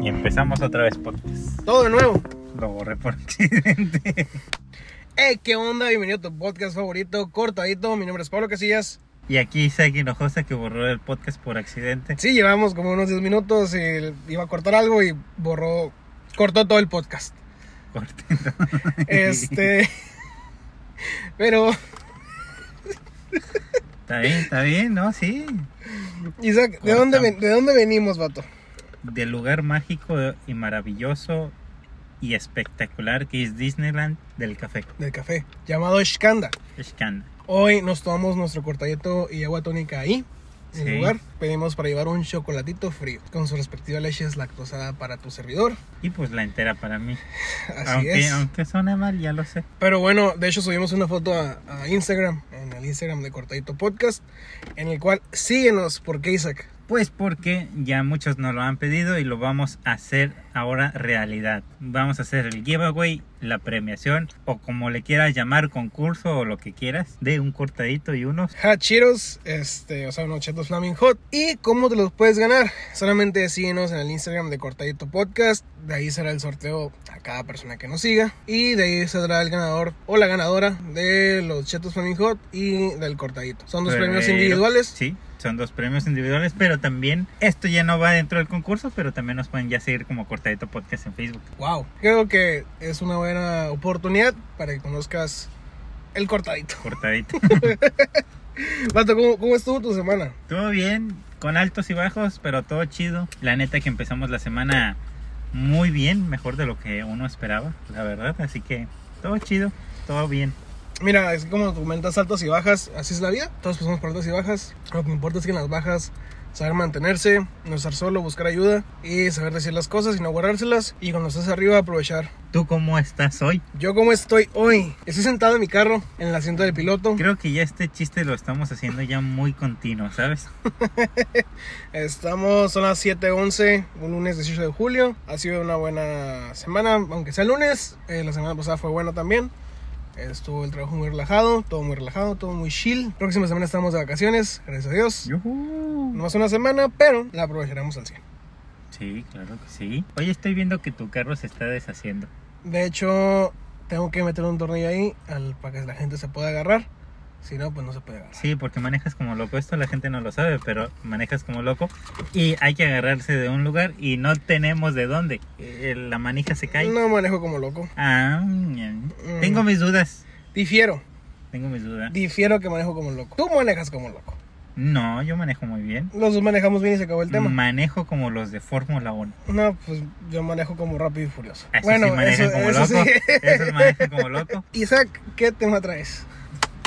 Y empezamos otra vez podcast. Todo de nuevo. Lo borré por accidente. Hey, ¿qué onda? Bienvenido a tu podcast favorito, cortadito. Mi nombre es Pablo Casillas. Y aquí Isaac Hinojosa que borró el podcast por accidente. Sí, llevamos como unos 10 minutos y iba a cortar algo y borró, cortó todo el podcast. Cortito. Este. Pero, Está bien, está bien, ¿no? Sí. Isaac, ¿de dónde, ven- Cortamos. ¿de dónde venimos, vato? Del lugar mágico y maravilloso y espectacular que es Disneyland del café. Del café, llamado Shkanda. Shkanda. Hoy nos tomamos nuestro cortadito y agua tónica ahí. En Sí. el lugar, pedimos para llevar un chocolatito frío con su respectiva leche lactosada para tu servidor. Y pues la entera para mí. Así aunque, es. aunque suena mal, ya lo sé. Pero bueno, de hecho subimos una foto a, a Instagram, en el Instagram de Cortadito Podcast, en el cual síguenos, porque Isaac, Pues porque ya muchos nos lo han pedido y lo vamos a hacer ahora realidad. Vamos a hacer el giveaway, la premiación o como le quieras llamar concurso o lo que quieras de un cortadito y unos. Hot Cheetos, este, o sea, unos Cheetos Flaming Hot. ¿Y cómo te los puedes ganar? Solamente síguenos en el Instagram de Cortadito Podcast, de ahí será el sorteo a cada persona que nos siga, y de ahí saldrá el ganador o la ganadora de los Cheetos Flaming Hot y del Cortadito. Son dos Pero- premios individuales. Sí, son dos premios individuales, pero también esto ya no va dentro del concurso, pero también nos pueden ya seguir como cortadito podcast en Facebook. Wow. Creo que es una buena oportunidad para que conozcas el Cortadito. Cortadito. Vato, ¿cómo, cómo estuvo tu semana? Todo bien, con altos y bajos, pero todo chido. La neta que empezamos la semana muy bien, mejor de lo que uno esperaba, la verdad. Así que todo chido, todo bien. Mira, es que como comentas altas y bajas, así es la vida. Todos pasamos por altas y bajas. Lo que importa es que en las bajas saber mantenerse, no estar solo, buscar ayuda y saber decir las cosas y no guardárselas. Y cuando estás arriba, aprovechar. ¿Tú cómo estás hoy? Yo como estoy hoy, estoy sentado en mi carro, en el asiento del piloto. Creo que ya este chiste lo estamos haciendo ya muy continuo, ¿sabes? Estamos, son las 7.11, un lunes 18 de julio. Ha sido una buena semana, aunque sea lunes. Eh, la semana pasada fue buena también. Estuvo el trabajo muy relajado, todo muy relajado, todo muy chill. Próxima semana estamos de vacaciones, gracias a Dios. Yujú. Nomás una semana, pero la aprovecharemos al 100. Sí, claro que sí. Oye, estoy viendo que tu carro se está deshaciendo. De hecho, tengo que meter un tornillo ahí al- para que la gente se pueda agarrar. Si no, pues no se puede agarrar. Sí, porque manejas como loco. Esto la gente no lo sabe, pero manejas como loco. Y hay que agarrarse de un lugar y no tenemos de dónde. Eh, La manija se cae. No manejo como loco. Ah, ñam. Mm. tengo mis dudas. Difiero, Tengo mis dudas. difiero que manejo como loco. Tú manejas como loco. No, yo manejo muy bien. Los dos manejamos bien y se acabó el tema. Manejo como los de Fórmula 1. No, pues yo manejo como rápido y furioso. Eso sí manejan como eso loco. sí. Esos manejan como loco. Isaac, ¿qué tema traes?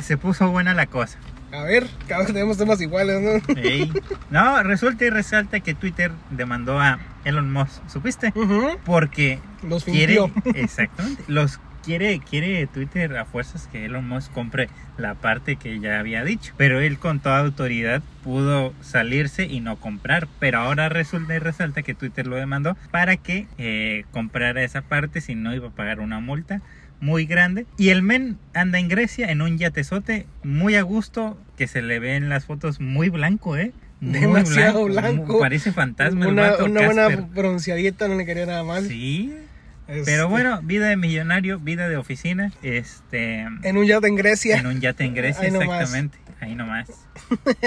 Se puso buena la cosa. A ver, cada vez tenemos temas iguales, ¿no? Ey. No, resulta y resalta que Twitter demandó a Elon Musk. ¿Supiste? Ujú, Porque Los quiere. fingió. Exactamente. Los quiere, quiere Twitter a fuerzas que Elon Musk compre la parte que ya había dicho. Pero él con toda autoridad pudo salirse y no comprar. Pero ahora resulta y resalta que Twitter lo demandó para que eh, comprara esa parte si no iba a pagar una multa muy grande. Y el men anda en Grecia en un yatezote muy a gusto, que se le ve en las fotos muy blanco, ¿eh? Muy Demasiado blanco. Parece fantasma el Una, vato, una buena Casper. pronunciadita, no le quería nada mal. Sí, Este, pero bueno, vida de millonario, vida de oficina, este... En un yate en Grecia. En un yate en Grecia, Ahí nomás. exactamente. Ahí nomás.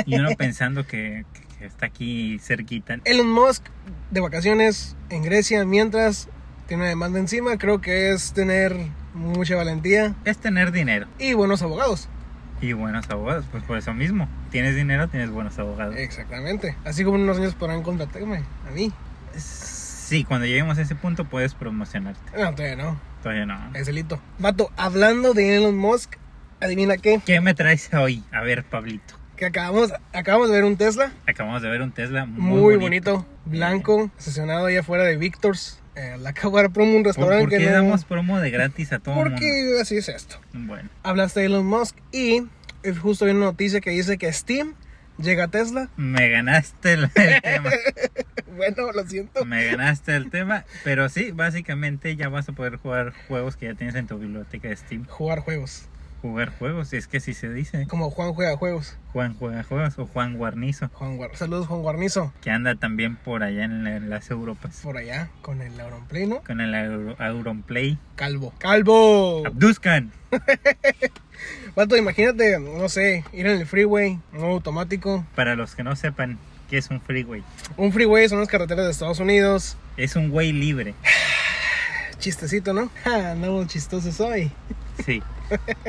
Y uno pensando que, que- que está aquí cerquita. Elon Musk de vacaciones en Grecia mientras tiene una demanda encima, creo que es tener mucha valentía Es tener dinero y buenos abogados. y buenos abogados, pues por eso mismo. Tienes dinero, tienes buenos abogados. Eh. Exactamente. Así como en unos años podrán contratarme a mí. Sí, cuando lleguemos a ese punto puedes promocionarte. No, todavía no. Todavía no. Es delito. Vato, hablando de Elon Musk, adivina qué, ¿Qué me traes hoy? A ver, Pablito. que acabamos, acabamos de ver un Tesla Acabamos de ver un Tesla muy, muy, bonito, blanco, estacionado allá afuera de Victor's, eh, la cámara promo, un ¿Por, restaurante por que qué no- damos promo de gratis a todo mundo? Porque así es esto. Bueno, Hablaste de Elon Musk y eh, justo vi una noticia que dice que Steam llega a Tesla. me ganaste el- el tema. Bueno, lo siento. Me ganaste el tema, pero sí, básicamente ya vas a poder jugar juegos que ya tienes en tu biblioteca de Steam. Jugar juegos. jugar juegos, es que así se dice. Como Juan juega juegos. Juan juega juegos o Juan Guarnizo, Juan Guar- Saludos, Juan Guarnizo. que anda también por allá en, la- en las Europas. Por allá, con el Auronplay, ¿no? Con el Euro- Auronplay. Calvo. ¡Calvo! Abduzcan. Vato, imagínate, no sé, ir en el freeway, modo automático. Para los que no sepan qué es un freeway, Un freeway son las carreteras de Estados Unidos. es un güey libre. Chistecito, ¿no? Ja, andamos chistosos hoy. Sí,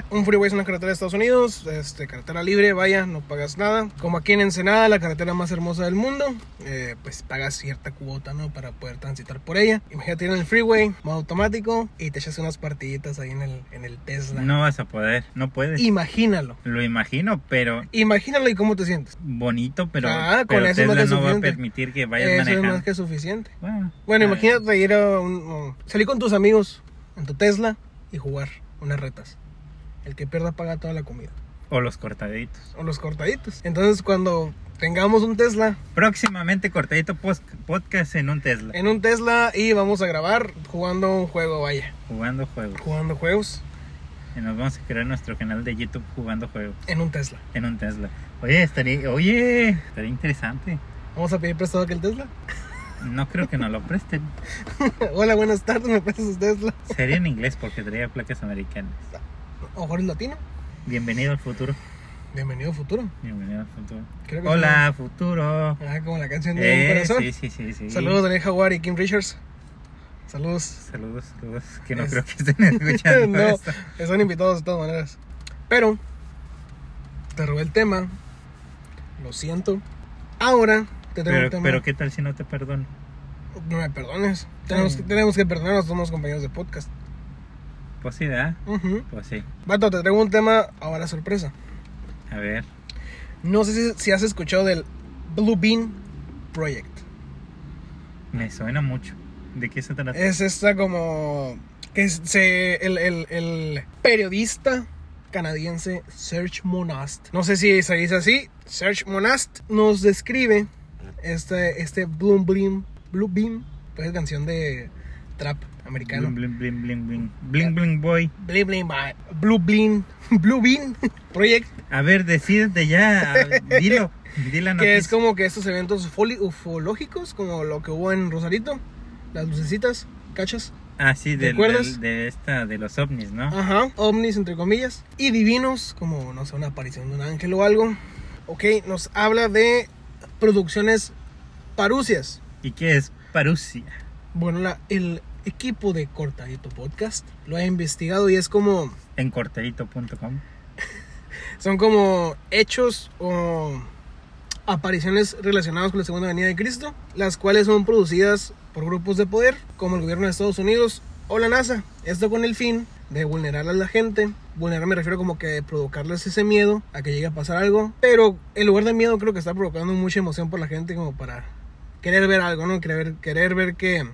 Un freeway es una carretera de Estados Unidos, este, carretera libre, vaya, no pagas nada. Como aquí en Ensenada, la carretera más hermosa del mundo, eh, pues pagas cierta cuota, ¿no? Para poder transitar por ella. Imagínate ir en el freeway, modo automático, y te echas unas partiditas ahí en el, en el Tesla. no vas a poder, no puedes. Imagínalo. Lo imagino, pero Imagínalo y cómo te sientes. bonito, pero, Ah, con pero eso es Tesla más que no va a suficiente. permitir que vayas Eso es manejando. más que suficiente. Bueno, Bueno, ah, imagínate ir a un, un- salir con tus amigos en tu Tesla y jugar unas retas. El que pierda paga toda la comida. O los cortaditos. O los cortaditos. Entonces cuando tengamos un Tesla, Próximamente cortadito pos- podcast en un Tesla, en un Tesla y vamos a grabar jugando un juego, vaya. jugando juegos. Jugando juegos Y nos vamos a crear nuestro canal de YouTube jugando juegos en un Tesla. en un Tesla. Oye, estaría, oye, estaría interesante. Vamos a pedir prestado aquel Tesla. No creo que nos lo presten. Hola, buenas tardes, me prestas un Tesla. Sería en inglés porque traía placas americanas. O mejor es latino. Bienvenido al futuro. Bienvenido futuro. Bienvenido al futuro. Creo que Hola, futuro. suena- Ah, como la canción de un Eh, corazón. sí, sí, sí, sí. Saludos Daniel Jaguar y Kim Richards. Saludos. Saludos, saludos. Que no Es- creo que estén escuchando No. esto. Están invitados de todas maneras. Pero, te robé el tema. Lo siento. Ahora te tengo Pero, un tema. pero Ah. qué tal si no te perdono. No me perdones. Tenemos, que- bien. tenemos que perdonarnos, somos compañeros de podcast. Pues sí, ¿verdad? Ujú. Pues sí. Vato, te tengo un tema ahora sorpresa. A ver. No sé si, si has escuchado del Blue Bean Project. Me suena mucho. ¿De qué se trata? Es esta como. que es- se, el, el- el periodista canadiense Serge Monast. No sé si se dice así. Serge Monast nos describe este, este Bloom Blim. Blue Beam. Pues canción de trap americano. Bling, bling, bling, bling, bling. Bling, bling, boy. Blim Blim by Blue Blim. Blue Beam Project. A ver, decídete ya. Dilo. Di la noticia. Que es como que estos eventos foli- ufológicos, como lo que hubo en Rosarito. Las lucecitas, ¿cachas? Ah, sí, ¿Te del- acuerdas? del- de esta, de los ovnis, ¿no? Ajá, ovnis entre comillas. Y divinos, como no sé, una aparición de un ángel o algo. Ok, nos habla de producciones parusias. ¿Y qué es parusia? Bueno, la- el equipo de Cortadito Podcast lo ha investigado y es como. En cortadito.com. Son como hechos o apariciones relacionadas con la segunda venida de Cristo, las cuales son producidas por grupos de poder, como el gobierno de Estados Unidos o la NASA. Esto con el fin de vulnerar a la gente. Vulnerar me refiero como que provocarles ese miedo a que llegue a pasar algo. Pero en lugar de miedo creo que está provocando mucha emoción por la gente como para querer ver algo, ¿no? Querer, ver- querer ver que,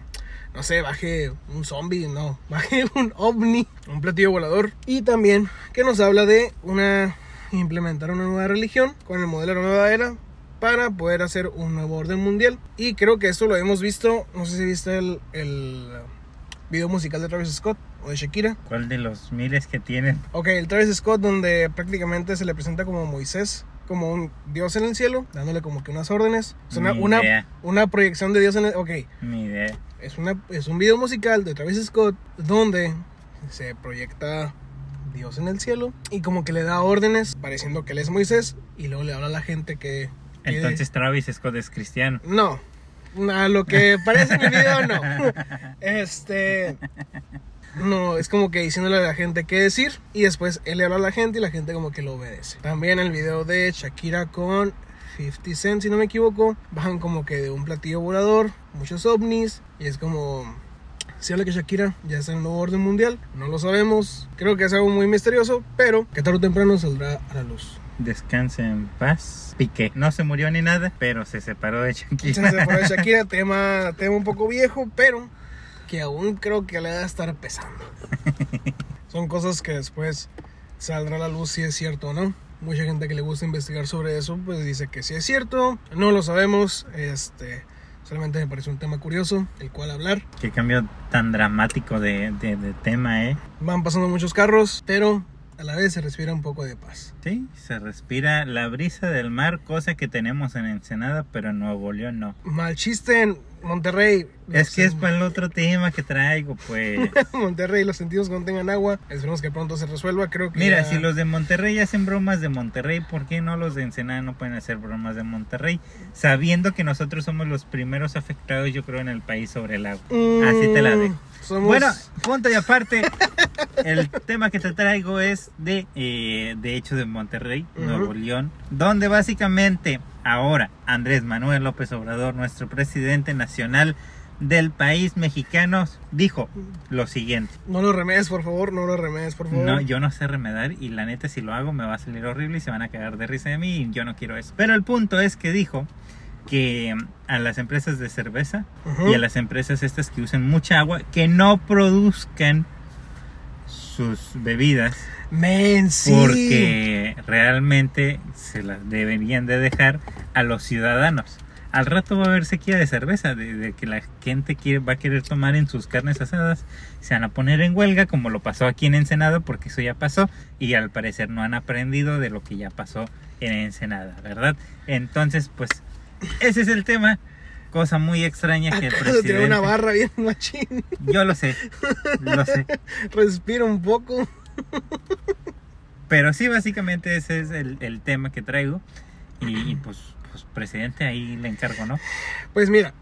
no sé, baje un zombie, no, baje un ovni, un platillo volador. Y también que nos habla de una implementar una nueva religión con el modelo de la nueva era para poder hacer un nuevo orden mundial. Y creo que esto lo hemos visto, no sé si viste el, el video musical de Travis Scott o de Shakira. ¿Cuál de los miles que tienen? Ok, el Travis Scott donde prácticamente se le presenta como Moisés, como un dios en el cielo, dándole como que unas órdenes. Es una, Ni una, idea. una proyección de dios en el... Ok, Ni idea. es, una, es un video musical de Travis Scott donde se proyecta Dios en el cielo y como que le da órdenes pareciendo que él es Moisés y luego le habla a la gente que... que- Entonces Travis Scott es cristiano. No, a lo que parece en el video no. Este... No, es como que diciéndole a la gente qué decir y después él le habla a la gente y la gente como que lo obedece. También el video de Shakira con 50 Cent, si no me equivoco, bajan como que de un platillo volador, muchos ovnis y es como... Se habla que Shakira ya está en el nuevo orden mundial, no lo sabemos, creo que es algo muy misterioso, pero que tarde o temprano saldrá a la luz. Descansa en paz. Piqué. No se murió ni nada, pero se separó de Se Shakira. separó de Shakira, tema, tema un poco viejo, pero que aún creo que le va a estar pesando. Son cosas que después saldrá a la luz si es cierto o no. Mucha gente que le gusta investigar sobre eso, pues dice que sí es cierto, no lo sabemos, este, solamente me parece un tema curioso, el cual hablar. Qué cambio tan dramático de, de- de tema, ¿eh? Van pasando muchos carros, pero a la vez se respira un poco de paz. Sí, se respira la brisa del mar, cosa que tenemos en Ensenada, pero en Nuevo León no. Mal chiste en Monterrey. Es que es para el otro tema que traigo, pues. Monterrey, los sentidos que no tengan agua. Esperemos que pronto se resuelva. Creo que. Mira, ya- si los de Monterrey hacen bromas de Monterrey, ¿por qué no los de Ensenada no pueden hacer bromas de Monterrey? Sabiendo que nosotros somos los primeros afectados, yo creo, en el país sobre el agua. Mm, así te la dejo. Somos. Bueno, punto y aparte, el tema que te traigo es de, eh, de hecho, de Monterrey, Ujú. Nuevo León, donde básicamente ahora Andrés Manuel López Obrador, nuestro presidente nacional del país mexicano, dijo lo siguiente. No lo remedes, por favor. No lo remedes, por favor. No, yo no sé remedar y la neta si lo hago me va a salir horrible y se van a cagar de risa de mí y yo no quiero eso. Pero el punto es que dijo que mm, a las empresas de cerveza Ujú. y a las empresas estas que usan mucha agua que no produzcan sus bebidas Men, sí. porque realmente se las deberían de dejar a los ciudadanos. Al rato va a haber sequía de cerveza, de, de que la gente quiere, va a querer tomar en sus carnes asadas, se van a poner en huelga como lo pasó aquí en Ensenada, porque eso ya pasó y al parecer no han aprendido de lo que ya pasó en Ensenada, ¿verdad? Entonces, pues ese es el tema, cosa muy extraña que el Acabo de tirar presidente... una barra bien machín. Yo lo sé, lo sé. Respira un poco. Pero sí, básicamente ese es el, el tema que traigo. Y, y, pues, pues, presidente, ahí le encargo, ¿no? Pues mira,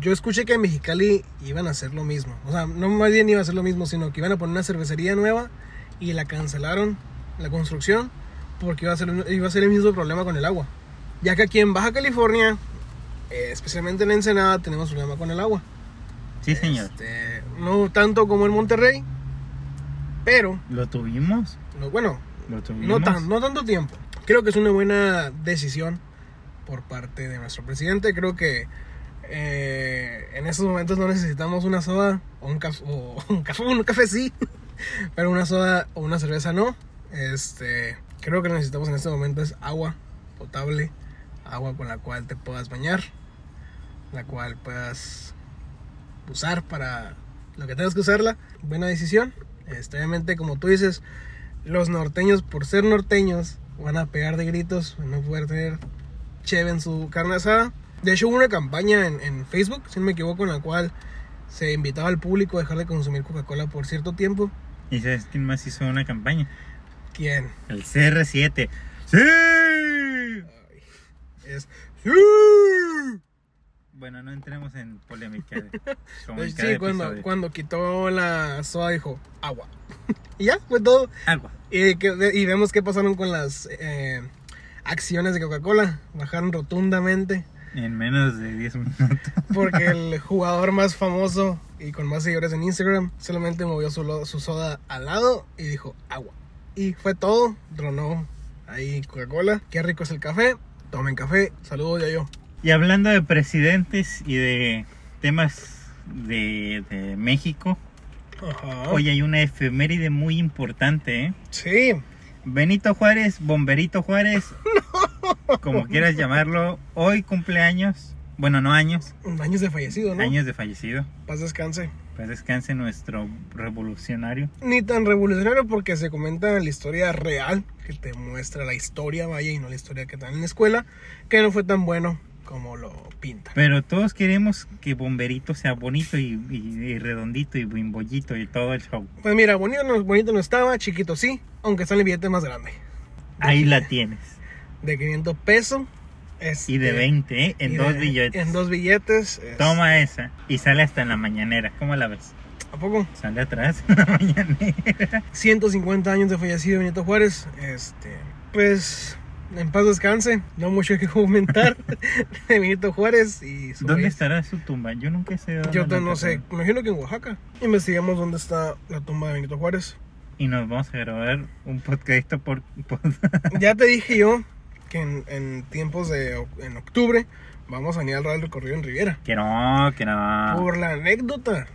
yo escuché que en Mexicali iban a hacer lo mismo. O sea, no más bien iba a hacer lo mismo, sino que iban a poner una cervecería nueva y la cancelaron, la construcción, porque iba a ser, iba a ser el mismo problema con el agua. Ya que aquí en Baja California, eh, especialmente en Ensenada, tenemos problema con el agua. Sí, señor. Este, no tanto como en Monterrey, pero, Lo tuvimos. no, bueno, Lo tuvimos. no, tan, no tanto tiempo. Creo que es una buena decisión por parte de nuestro presidente. Creo que eh, en estos momentos no necesitamos una soda o un, caf- o un café, un café sí, pero una soda o una cerveza no. Este, creo que lo necesitamos en este momento es agua potable, agua con la cual te puedas bañar, la cual puedas usar para lo que tengas que usarla. Buena decisión. Este, obviamente, como tú dices, los norteños, por ser norteños, van a pegar de gritos, van a poder tener cheve en su carne asada. De hecho, hubo una campaña en, en Facebook, si no me equivoco, en la cual se invitaba al público a dejar de consumir Coca-Cola por cierto tiempo. ¿Y sabes quién más hizo una campaña? ¿Quién? El CR7. ¡Sí! Es. Bueno, no entremos en polémica. Como en Pues Sí, cada cuando, episodio. cuando quitó la soda dijo agua. Y ya, fue todo. Agua. Y, que- y vemos qué pasaron con las eh, acciones de Coca-Cola. Bajaron rotundamente. En menos de 10 minutos. Porque el jugador más famoso y con más seguidores en Instagram solamente movió su, lo- su soda al lado y dijo agua. Y fue todo. Dronó ahí Coca-Cola. Qué rico es el café. Tomen café. Saludos, ya yo. Y hablando de presidentes y de temas de, de México, Ajá. hoy hay una efeméride muy importante, ¿eh? Sí. Benito Juárez, Bomberito Juárez, como quieras llamarlo, hoy cumpleaños, bueno, no años, Años de fallecido, ¿no? años de fallecido. Paz descanse. Pues descanse nuestro revolucionario. Ni tan revolucionario porque se comenta la historia real, que te muestra la historia, vaya, y no la historia que dan en la escuela, que no fue tan bueno como lo pintan. Pero todos queremos que Bomberito sea bonito y, y- y redondito y bimbollito y todo el show. Pues mira, bonito no, bonito no estaba, chiquito sí, aunque está en el billete más grande. Ahí la tienes. de 500 pesos. Y de este, 20, ¿eh? En y dos de- billetes. En dos billetes. este, Toma esa. Y sale hasta en la mañanera. ¿Cómo la ves? ¿A poco? Sale atrás en la mañanera. 150 años de fallecido Benito Juárez. Este, pues, en paz descanse. No mucho que comentar de Benito Juárez y su ¿Dónde fallecimiento. estará su tumba? Yo nunca sé dónde Yo la no sé, encontraron. me imagino que en Oaxaca. Investigamos dónde está la tumba de Benito Juárez. Y nos vamos a grabar un podcast por, por- Ya te dije yo que en, en tiempos de oc- en octubre vamos a venir al Radio Recorrido en Riviera. Que no, que no. Por la anécdota.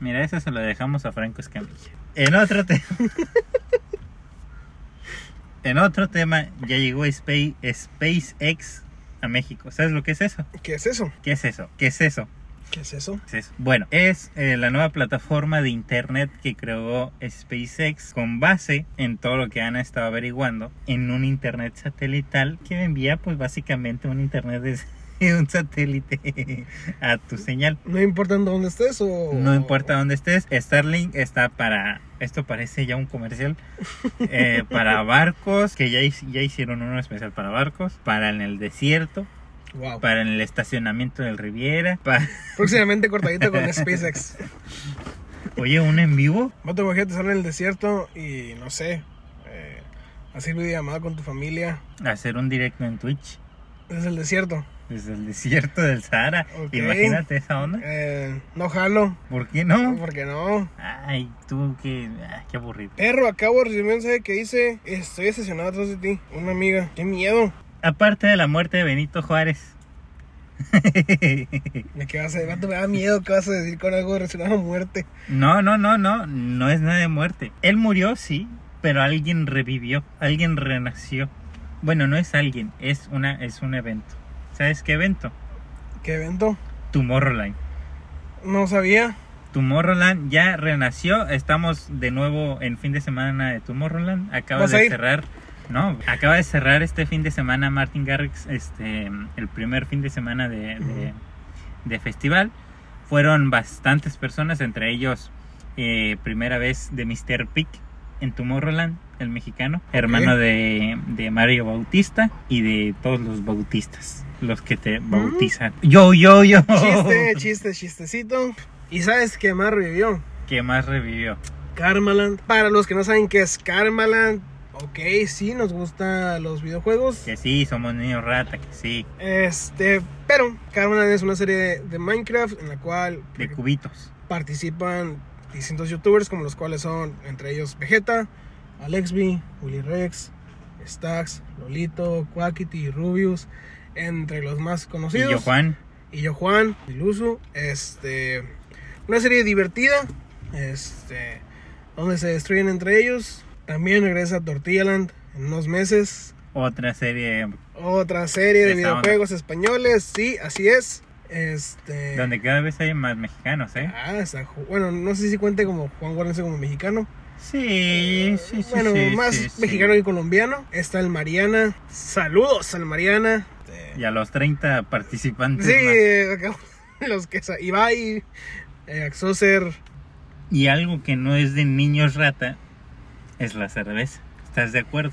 Mira, eso se lo dejamos a Franco Escamilla. En otro tema. en otro tema, ya llegó Spa- SpaceX a México. ¿Sabes lo que es eso? ¿Qué es eso? ¿Qué es eso? ¿Qué es eso? ¿Qué es eso? Sí, es- Bueno, es eh, la nueva plataforma de internet que creó SpaceX con base en todo lo que han estado averiguando en un internet satelital que envía pues básicamente un internet de un satélite a tu señal. No importa en dónde estés o... No importa dónde estés, Starlink está para, esto parece ya un comercial, eh, para barcos, que ya, his- ya hicieron uno especial para barcos, para en el desierto, Wow. para en el estacionamiento del Riviera, para, Próximamente cortadito con SpaceX. oye, uno en vivo, Vato, imagínate estar en el desierto y no sé, eh, hacer videollamada con tu familia hacer un directo en Twitch desde el desierto. desde el desierto del Sahara. Ok. Imagínate esa onda. Eh, no jalo, ¿Por qué no? porque no. Ay, tú que ay, qué aburrido. Perro, acabo de recibir un mensaje que dice, estoy obsesionado atrás de ti, una amiga. Qué miedo. Aparte de la muerte de Benito Juárez. Me quedas de vato, me da miedo que vas a decir con algo relacionado a muerte. No, no, no, no, no es nada de muerte. Él murió, sí, pero alguien revivió, alguien renació. Bueno, no es alguien, es una es un evento. ¿Sabes qué evento? ¿Qué evento? Tomorrowland. No sabía. Tomorrowland ya renació, estamos de nuevo en fin de semana de Tomorrowland. Acaba ¿Vas a de ir? cerrar, no, acaba de cerrar este fin de semana Martin Garrix, este, el primer fin de semana de, de- de festival. Fueron bastantes personas, entre ellos eh, primera vez de Mr. Pick en Tomorrowland, el mexicano, hermano de, de Mario Bautista y de todos los bautistas, los que te bautizan. Yo, yo, yo. Chiste, chiste, chistecito. ¿Y sabes qué más revivió? ¿Qué más revivió? Karmaland. Para los que no saben qué es Karmaland, ok, sí, nos gustan los videojuegos. Que sí, somos niños rata, que sí. Este, pero Karmaland es una serie de, de Minecraft en la cual De cubitos. participan distintos youtubers, como los cuales son entre ellos Vegeta, Alexby, Willy Rex, Stax, Lolito, Quackity, Rubius, entre los más Y conocidos. yo, Juan, Y yo, Juan, Iluso. Este, una serie divertida, este, donde se destruyen entre ellos. También regresa Tortillaland en unos meses. otra serie Otra serie de Esa videojuegos españoles, sí, así es. Este. donde cada vez hay más mexicanos, ¿eh? Ah, está Ju- bueno, no sé si cuente como Juan Guarnizo como mexicano. Sí, sí, sí. bueno, sí, más sí, sí. mexicano que colombiano. Está el Mariana. Saludos al Mariana. Y a los 30 participantes. Sí, más. eh, acá- los que sa- Ibai, eh, Axoser. Y algo que no es de niños rata es la cerveza. ¿Estás de acuerdo?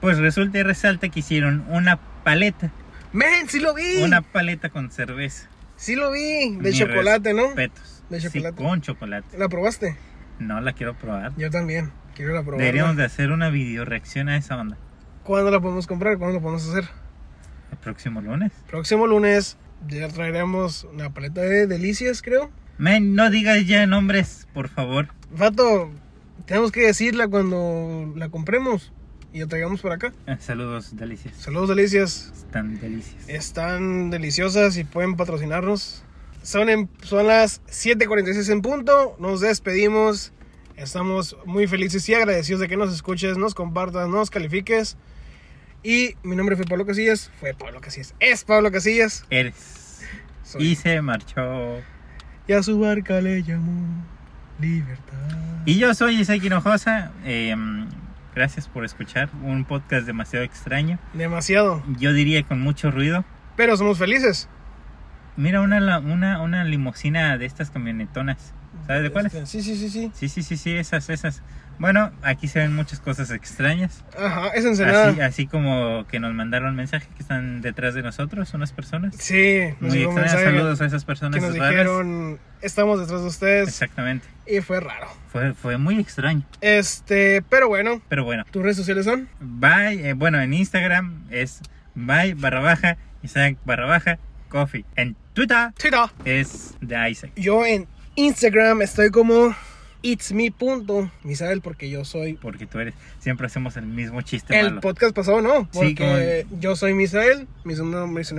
Pues resulta y resalta que hicieron una paleta. ¡Men, sí lo vi! Una paleta con cerveza. Sí lo vi. De Mi chocolate, ¿no? Petos. De Sí, chocolate. con chocolate. ¿La probaste? No la quiero probar. Yo también. Quiero la probar. Deberíamos de hacer una video reacción a esa onda. ¿Cuándo la podemos comprar? ¿Cuándo la podemos hacer? El próximo lunes. Próximo lunes ya traeremos una paleta de delicias, creo. Men, no digas ya nombres, por favor. Vato, tenemos que decirla cuando la compremos y la traigamos por acá. Eh, Saludos, delicias. Saludos, delicias. Están delicias. Están deliciosas y pueden patrocinarnos. Son, en- son las 7:46 en punto. Nos despedimos. Estamos muy felices y agradecidos de que nos escuches, nos compartas, nos califiques. Y mi nombre fue Pablo Casillas. Fue Pablo Casillas. Es Pablo Casillas. Eres. Soy- Y se marchó. Y a su barca le llamó Libertad. Y yo soy Isaac Hinojosa. eh, gracias por escuchar un podcast demasiado extraño. Demasiado. Yo diría con mucho ruido. Pero somos felices. Mira, una, la- una, una limusina de estas camionetonas. ¿Sabes de cuáles? Este, Sí, sí, sí, sí. Sí, sí, sí, sí, esas, esas. Bueno, aquí se ven muchas cosas extrañas. Ajá, es Así, ensenada. así como que nos mandaron mensaje que están detrás de nosotros, unas personas. Sí, nos Muy llegó un extrañas. mensaje Saludos a esas que personas nos raras. dijeron, estamos detrás de ustedes. Exactamente. Y fue raro. Fue, fue muy extraño. Este, pero bueno, Pero bueno, tus redes sociales son. bye. eh, bueno, en Instagram es bye barra baja Isaac barra baja coffee. En Twitter Twitter. es de Isaac. Yo en Instagram estoy como It's Me. Punto. Misael, porque yo soy. Porque tú eres. Siempre hacemos el mismo chiste El malo. podcast pasado no, Sí, porque yo soy Misael. Mi segundo nombre, es-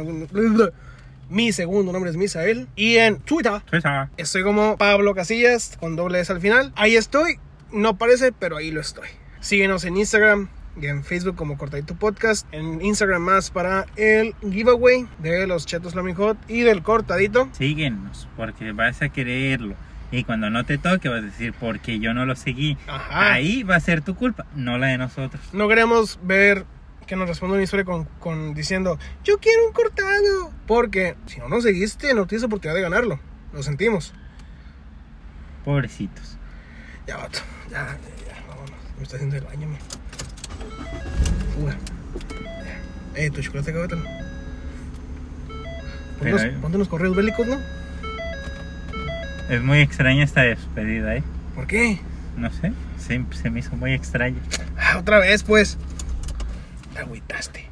mi segundo nombre es Misael. Y en Twitter Twitter. Estoy como Pablo Casillas con doble S al final. Ahí estoy. No parece, pero ahí lo estoy. Síguenos en Instagram, y en Facebook como Cortadito Podcast. En Instagram más para el giveaway de los chetos Flaming Hot y del cortadito. Síguenos, porque vas a quererlo. Y cuando no te toque vas a decir, porque yo no lo seguí. Ajá. Ahí va a ser tu culpa, no la de nosotros. No queremos ver que nos responda una historia con, con diciendo, yo quiero un cortado. Porque si no nos seguiste, no tienes oportunidad de ganarlo. Lo sentimos. Pobrecitos. Ya, vato. Ya, ya, ya. Vámonos. Me está haciendo el baño, man. Fuga. Ya. Eh, tu chocolate acá, vato. Ponte Pero, unos- eh. ponte unos correos bélicos, ¿no? Es muy extraña esta despedida, ¿eh? ¿Por qué? No sé, se, se me hizo muy extraña. Ah, otra vez, pues. Te agüitaste.